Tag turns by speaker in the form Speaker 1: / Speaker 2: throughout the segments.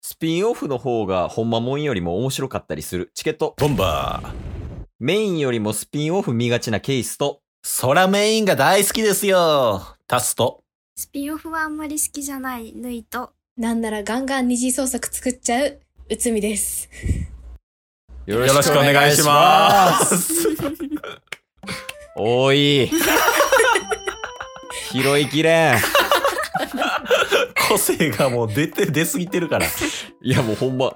Speaker 1: スピンオフの方がほんまもんよりも面白かったりする。チケット。
Speaker 2: ボンバー。
Speaker 1: メインよりもスピンオフ見がちなケースと、
Speaker 2: そらメインが大好きですよ。タスト。
Speaker 3: スピンオフはあんまり好きじゃないぬいと
Speaker 4: なんならガンガン二次創作作っちゃう、うつ みです。
Speaker 1: よ
Speaker 2: ろしくお願いします。
Speaker 1: おい。拾いきれん。
Speaker 2: 個性がもう出て、出すぎてる から。
Speaker 1: いやもうほんま、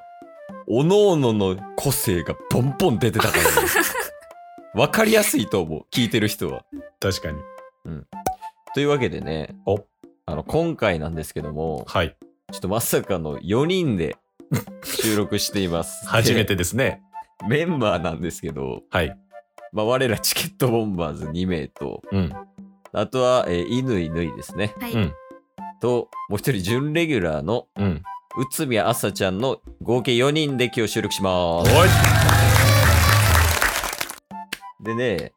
Speaker 1: おのおのの個性がボンボン出てたから、ね。わかりやすいと思う。聞いてる人は。
Speaker 2: 確かに。
Speaker 1: というわけでね、
Speaker 2: お
Speaker 1: あの、今回なんですけども、
Speaker 2: はい。
Speaker 1: ちょっとまさかの4人 で収録しています。
Speaker 2: 初めてですね。
Speaker 1: で。メンバーなんですけど、
Speaker 2: はい。
Speaker 1: まあ、我らチケットボンバーズ2名と、
Speaker 2: うん。
Speaker 1: あとは、えー、犬いぬいですね。
Speaker 3: はい、
Speaker 2: うん。
Speaker 1: と、もう一人準レギュラーの
Speaker 2: うん。
Speaker 1: 内海あさちゃんの合計4人で今日収録しま
Speaker 2: お
Speaker 1: す。
Speaker 2: い。
Speaker 1: でね、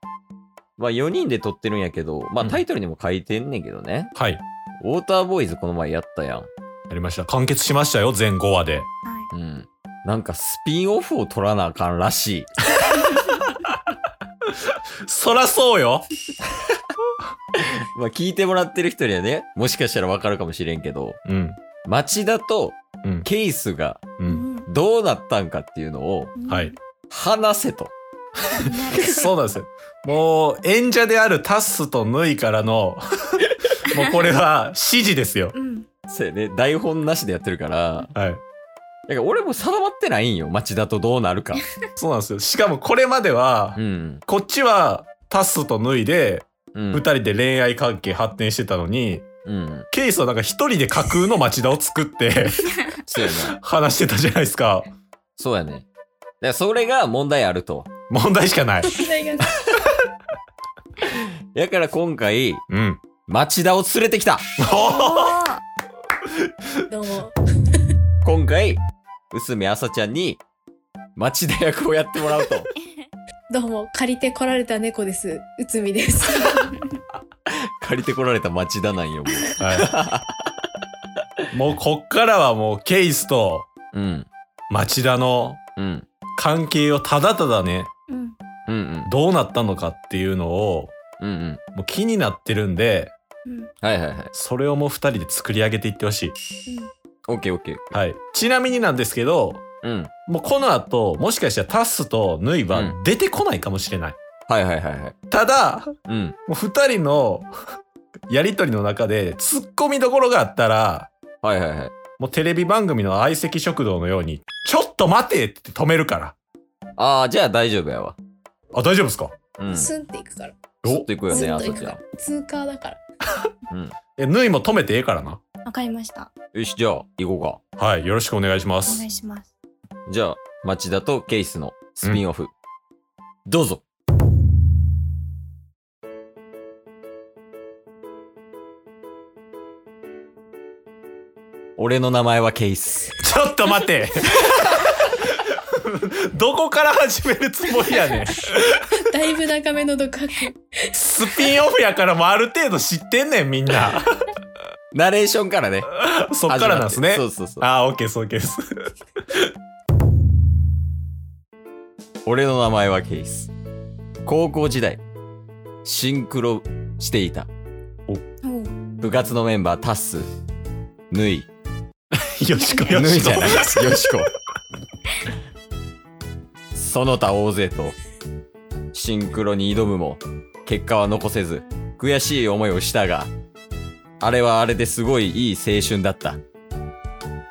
Speaker 1: まあ4人で撮ってるんやけど、まあ
Speaker 2: うん
Speaker 1: タイトルにも書いてんねんけどね、
Speaker 2: はい。
Speaker 1: ウォーターボーイズこの前やったやん。
Speaker 2: やりました。完結しましたよ。全5話で。
Speaker 3: はい
Speaker 1: うん。なんかスピンオフを取らなあかんらしい。
Speaker 2: そらそうよ。
Speaker 1: まあ聞いてもらってる人にはね、もしかしたらわかるかもしれんけど、
Speaker 2: うん。
Speaker 1: 町田と
Speaker 2: うん。
Speaker 1: ケイスが
Speaker 2: う。
Speaker 3: うんん
Speaker 1: どうなったんかっていうのを
Speaker 3: うん
Speaker 2: はい
Speaker 1: 話せと。
Speaker 3: 気になる
Speaker 2: そうなんですよ。もう、演者であるタッスとヌイから の、もうこれは指示ですよ。
Speaker 3: うん
Speaker 1: そうやね、台本なしでやってるから、
Speaker 2: はい。
Speaker 1: だから俺も定まってないんよ、町田とどうなるか。
Speaker 2: そうなんですよ。しかもこれまでは、
Speaker 1: うん。
Speaker 2: こっちはタスと脱いで、
Speaker 1: うん
Speaker 2: 二人で恋愛関係発展してたのに、
Speaker 1: うん。
Speaker 2: ケイスはなんか一人で架空の町田を作って
Speaker 1: そうやね。
Speaker 2: 話してたじゃないですか。
Speaker 1: そうやね。だからそれが問題あると。
Speaker 2: 問題しかない。
Speaker 4: 問題が
Speaker 1: だから今回、
Speaker 2: うん。
Speaker 1: 町田を連れてきた
Speaker 3: おー
Speaker 4: どうも。
Speaker 1: 今回、薄目あさちゃんに、町田役をやってもらう と。
Speaker 4: どうも、借りて来られた猫です。うつみです。
Speaker 1: 借りてこられた町田なんよ、も
Speaker 2: はい。もうこっからはもうケイスと
Speaker 1: う。うん。
Speaker 2: 町田の
Speaker 1: うん。
Speaker 2: 関係をただただね、
Speaker 3: うん
Speaker 1: うんうん。
Speaker 2: どうなったのかっていうのを、
Speaker 1: うんうん。
Speaker 2: もう気になってるんで、
Speaker 3: うん
Speaker 1: はいはいはい。
Speaker 2: それをもう二人で作り上げていってほしい。
Speaker 1: オッケーオッケー。
Speaker 2: はい。ちなみになんですけど、
Speaker 1: うん。
Speaker 2: もうこの後、もしかしたらタスとヌイは
Speaker 1: う
Speaker 2: 出てこないかもしれない。
Speaker 1: はいはいはいはい。
Speaker 2: ただ、も
Speaker 1: うん。
Speaker 2: う二人の やりとりの中で突っ込みどころがあったら、
Speaker 1: はいはいはい。
Speaker 2: もうテレビ番組の相席食堂のように、ちょっと待てって止めるから。
Speaker 1: ああ、じゃあ大丈夫やわ。
Speaker 2: あ、大丈夫ですか
Speaker 1: うん。ス
Speaker 4: スンっていくから。
Speaker 1: ッといくよ
Speaker 4: ス
Speaker 1: ね、
Speaker 4: ン
Speaker 1: あ
Speaker 4: とい
Speaker 1: さ
Speaker 4: く
Speaker 1: ち
Speaker 4: か
Speaker 1: ゃ
Speaker 4: ら。通過だから。
Speaker 1: ん。うん。
Speaker 2: え、ヌイも止めてええからな。
Speaker 3: わかりました
Speaker 1: よし、じゃあ、行こう
Speaker 2: はい、よろしくお願いしま
Speaker 3: お願
Speaker 2: す。
Speaker 3: いします
Speaker 1: か。じゃあ、町田とケイスのスピンオフ。どうぞ。俺の名前はケイス。
Speaker 2: ちょっと待てどこから始めるつもりやねん。
Speaker 4: だいぶ長めの 独白。
Speaker 2: スピンオフやからもうある程度知ってんねん、み んな。
Speaker 1: ナレーションからね。
Speaker 2: そっからなんですね。
Speaker 1: 始まってそうそうそう。
Speaker 2: あー、オッケーです、オッケーです。
Speaker 1: 俺の名前はケイス。高校時代、シンクロしていた
Speaker 3: おー
Speaker 1: 部活のメンバータッス、ヌイ、
Speaker 2: よしこよ
Speaker 1: ヌイ
Speaker 2: し
Speaker 1: じ
Speaker 2: こ
Speaker 1: ゃ。ない、よしこ。その他大勢と、シンクロに挑むも、結果は残せず、悔しい思いをしたが、あれはあれですごいいい青春だった。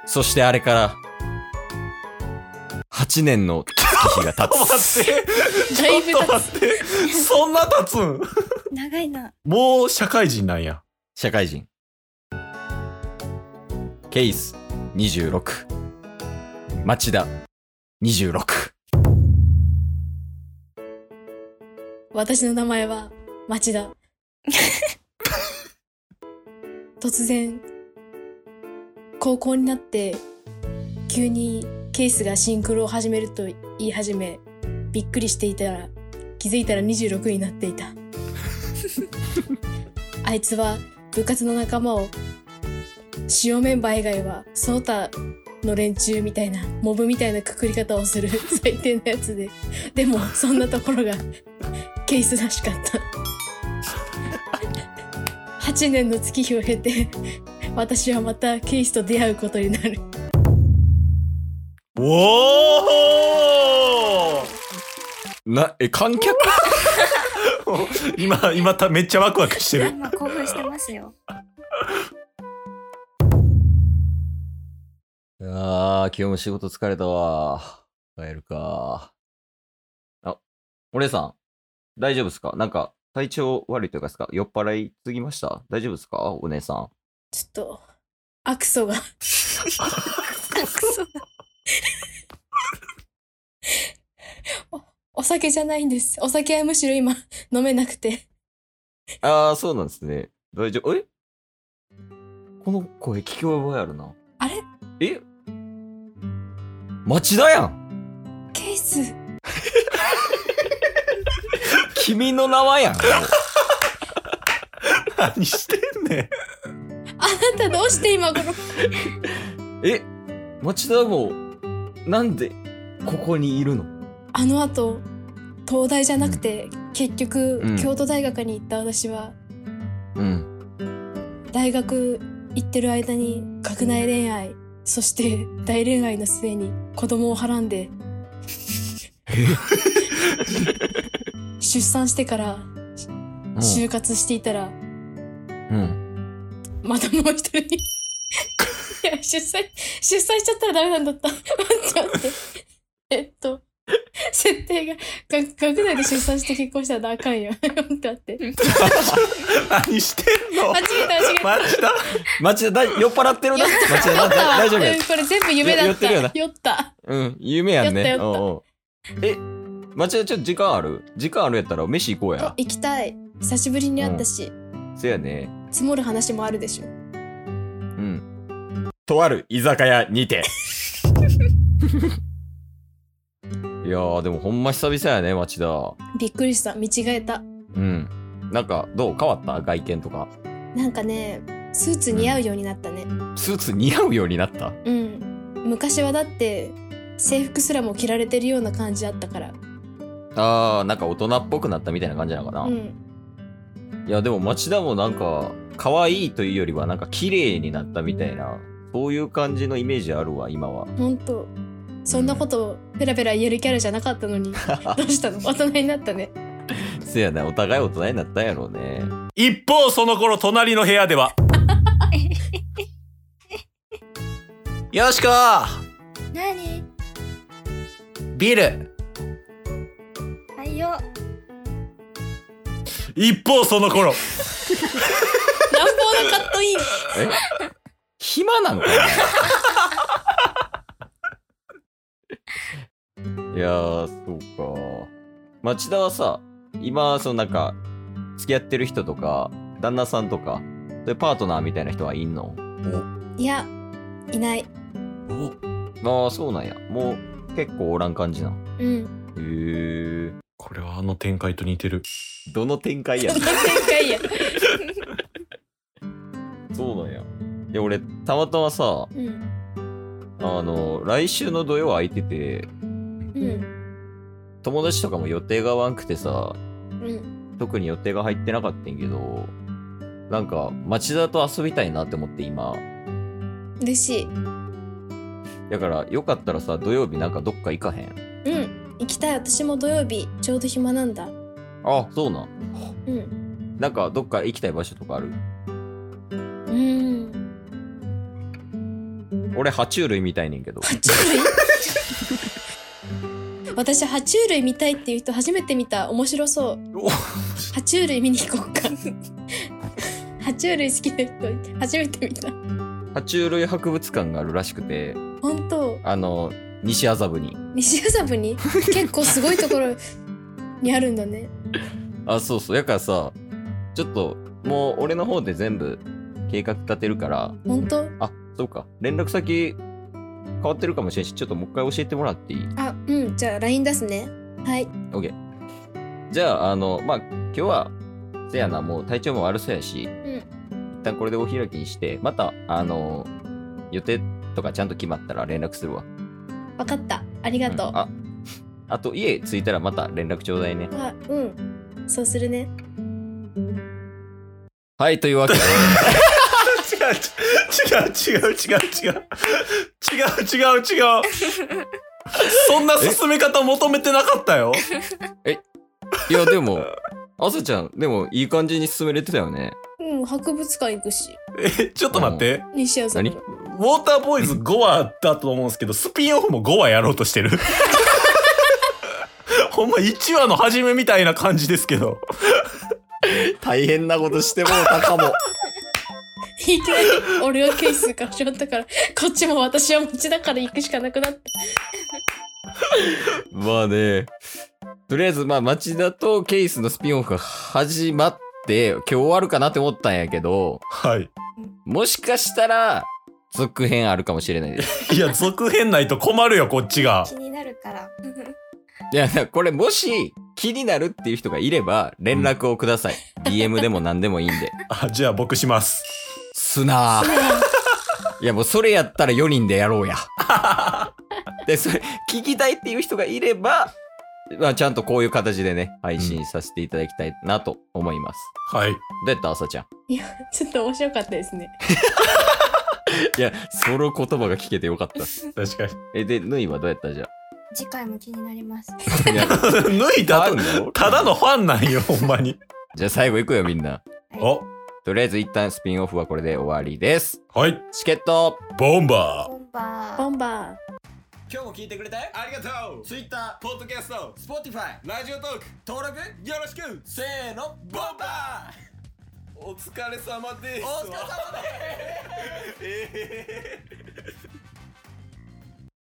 Speaker 1: そしてあれから、8年の月日が 経つ。
Speaker 2: 待って、
Speaker 4: だいぶ
Speaker 2: ちょっと
Speaker 4: 経
Speaker 2: 待って、そんな経つん
Speaker 3: 長いな
Speaker 2: もう社会人なんや。
Speaker 1: 社会人ケイス26町田26
Speaker 4: 私の名前は、町田。突然、高校になって、急にケースがシンクロを始めると言い始め、びっくりしていたら、気づいたら26になっていた。あいつは部活の仲間を、主要メンバー以外は、その他の連中みたいなモブみたいなくくり方をする最低なやつででもそんなところがケースらしかった8年の月日を経て私はまたケースと出会うことになる
Speaker 2: おお
Speaker 1: な、え、観客
Speaker 2: 今、今ためっちゃワクワクして る。
Speaker 3: 今興奮してますよ。
Speaker 1: ああ、今日も仕事疲れたわ。帰るか。あ、お姉さん、大丈夫ですかなんか、体調悪いというかですか酔っ払いすぎました大丈夫ですかお姉さん。
Speaker 4: ちょっと悪祖がお酒じゃないんですお酒はむしろ今飲めなくて
Speaker 1: ああ、そうなんですね。大丈夫、えこの声聞き覚えあるな。
Speaker 4: あれ
Speaker 1: え町田やん
Speaker 4: ケース
Speaker 1: 君の名前やん
Speaker 2: 何してんねん。
Speaker 4: あなたどうして今頃
Speaker 1: え町田も、なんで、ここにいるの
Speaker 4: あの後東大じゃなくて、結局、
Speaker 1: うん
Speaker 4: 京都大学に行った私は
Speaker 1: うん。
Speaker 4: 大学行ってる間に学内恋愛そ して大恋愛の末に子供をはらんで 出産してから
Speaker 1: うん
Speaker 4: 就活していたら、
Speaker 1: うん。
Speaker 4: またもう一人 いや出産出産しちゃったらダメなんだった待って待ってえっと設定がが学内で出産して結婚したらあかんよ待 って待って
Speaker 2: 何してんの
Speaker 4: 間違えた間違えた
Speaker 2: マジ
Speaker 1: 町
Speaker 2: だ
Speaker 1: 田だい、酔っ払ってるな。町田だ、だ大丈夫や
Speaker 4: うんこれ全部夢だ
Speaker 1: 酔
Speaker 4: っ
Speaker 1: ってるよな
Speaker 4: た酔った
Speaker 1: うん、夢やんね。
Speaker 4: やったやった
Speaker 1: おうおうえ、町田ちょっと時間ある時間あるやったら飯行こうや。
Speaker 4: 行きたい久しぶりに会ったし、
Speaker 1: せやね。
Speaker 4: 積もる話もあるでしょ
Speaker 1: うん。とある居酒屋にて。 いやー、でもほんま久々やね、町田。
Speaker 4: びっくりした見違えた
Speaker 1: うん。なんか、どう変わった外見とか。
Speaker 4: なんかねスーツ似合うようになったね
Speaker 1: スーツ似合うようになった
Speaker 4: うん、昔はだって制服すらも着られてるような感じだったから
Speaker 1: あー、なんか大人っぽくなったみたいな感じなのかな。
Speaker 4: うん
Speaker 1: いや、でも町田もなんか、可愛いというよりは、なんか綺麗になったみたいな、そういう感じのイメージあるわ、今は。
Speaker 4: ほんとそんなことペラペラ言えるキャラじゃなかった のにどうしたの大人になったね
Speaker 1: せやな、お互い大人になったんやろうね。
Speaker 2: 一方、その頃、隣の部屋では。よしこ
Speaker 3: 何
Speaker 2: ビール
Speaker 3: はいよ。
Speaker 2: 一方、その頃。
Speaker 4: 乱暴なカッ トイン
Speaker 1: え暇 なのかないやー、そうか。町田はさ、今、そのなんか、付き合ってる人とか、旦那さんとか、そういうパートナーみたいな人はいんの
Speaker 4: いやいない
Speaker 1: ああ、そうなんや。もう、結構おらん感じな。
Speaker 4: うん
Speaker 1: へえ。
Speaker 2: これはあの展開と似てる。
Speaker 1: どの展開やねん
Speaker 4: 展開や
Speaker 1: そうなんや。いや、俺、たまたまさ、
Speaker 4: うん
Speaker 1: あの、来週の土曜空いてて、
Speaker 4: うん
Speaker 1: 友達とかも予定が合わんくてさ、
Speaker 4: うん
Speaker 1: 特に予定が入ってなかったんやけど、なんか、町田と遊びたいなって思って今。
Speaker 4: 嬉しい
Speaker 1: だから、よかったらさ、土曜日なんかどっか行かへん。
Speaker 4: うん行きたい私も土曜日ちょうど暇なんだ
Speaker 1: あ、そうなん。
Speaker 4: うん
Speaker 1: なんか、どっか行きたい場所とかある
Speaker 4: うん
Speaker 1: 俺、爬虫類みたいねんけど。
Speaker 4: 爬虫類私爬虫類見たいっていう人初めて見た面白そう
Speaker 1: お
Speaker 4: 爬虫類見に行こうか爬虫類好きな人初めて見た
Speaker 1: 爬虫類博物館があるらしくて、
Speaker 4: 本当
Speaker 1: あの、西麻布に。
Speaker 4: 西麻布に結構すごいところにあるんだね
Speaker 1: あ、そうそう。だからさ、ちょっと、もう俺の方で全部計画立てるから、
Speaker 4: 本当
Speaker 1: あ、そうか。連絡先変わってるかもしれんし、ちょっともう一回教えてもらっていい
Speaker 4: あうんじゃあ LINE 出すねはい
Speaker 1: ?OK。じゃあ、あの、まあ、今日は、せやな、もう体調も悪そうやし、
Speaker 4: ん
Speaker 1: 一旦これでお開きにして、また、あの、予定とかちゃんと決まったら連絡するわ。
Speaker 4: わかった。ありがとう
Speaker 1: うん。ああと家着いたらまた連絡ちょうだいね。
Speaker 4: あ、うん。そうするね。
Speaker 1: はい、というわけで、
Speaker 2: 違う違う違う違う違う違う違う違 うそんな進め方求めてなかったよ
Speaker 1: いやで も、あさちゃん、でもいい感じに進めれてたよね。
Speaker 4: うん、博物館行くし。
Speaker 2: えちょっと待って
Speaker 4: 西矢さんも。
Speaker 1: 何
Speaker 2: ウォーターボーイズ5話だと思うんですけどスピンオフも5話やろうとしてる ほんま1話の初めみたいな感じですけど
Speaker 1: 大変なことしてもうたかも。
Speaker 4: いきなり、俺はケースからしまったから、こっちも私は持ちだから行くしかなくなって。
Speaker 1: まあね。とりあえず、まあ、町田とケイスのスピンオフが始まって、今日終わるかなって思ったんやけど、
Speaker 2: はい
Speaker 1: もしかしたら、続編あるかもしれない です。
Speaker 2: いや続編ないと困るよこっちが
Speaker 3: 気になるから。
Speaker 1: いや、これもし、気になるっていう人がいれば、連絡をください。DM でも何でもいいん で。
Speaker 2: あじゃあ僕します
Speaker 1: すなぁ。いや、もうそれやったら4人でやろうや。 で、それ、聞きたいっていう人がいれば、まあ、ちゃんとこういう形でね、配信させていただきたいなと思います。
Speaker 2: はい
Speaker 1: どうやった朝ちゃん。
Speaker 4: いや、ちょっと面白かったですね。
Speaker 1: いや、その言葉が聞けてよかった。
Speaker 2: 確か
Speaker 1: え、で、ぬいはどうやったじゃ
Speaker 3: 次回も気になりま す。
Speaker 1: あ。い や
Speaker 2: に 脱いだとただのファンなんよほんまに
Speaker 1: じゃあ最後行くよ、みんな。
Speaker 2: あ
Speaker 1: とりあえず一旦スピンオフはこれで終わりです。
Speaker 2: はい
Speaker 1: チケット
Speaker 2: ボンバ
Speaker 3: こんばん
Speaker 4: ボンバー。
Speaker 1: 今日も聞いてくれたよ
Speaker 5: ありがとう Twitter、ポッドキャスト、Spotify、ラジオトーク、登録よろしくせーの、ボンバーお疲れ様ですお疲れ様ですえー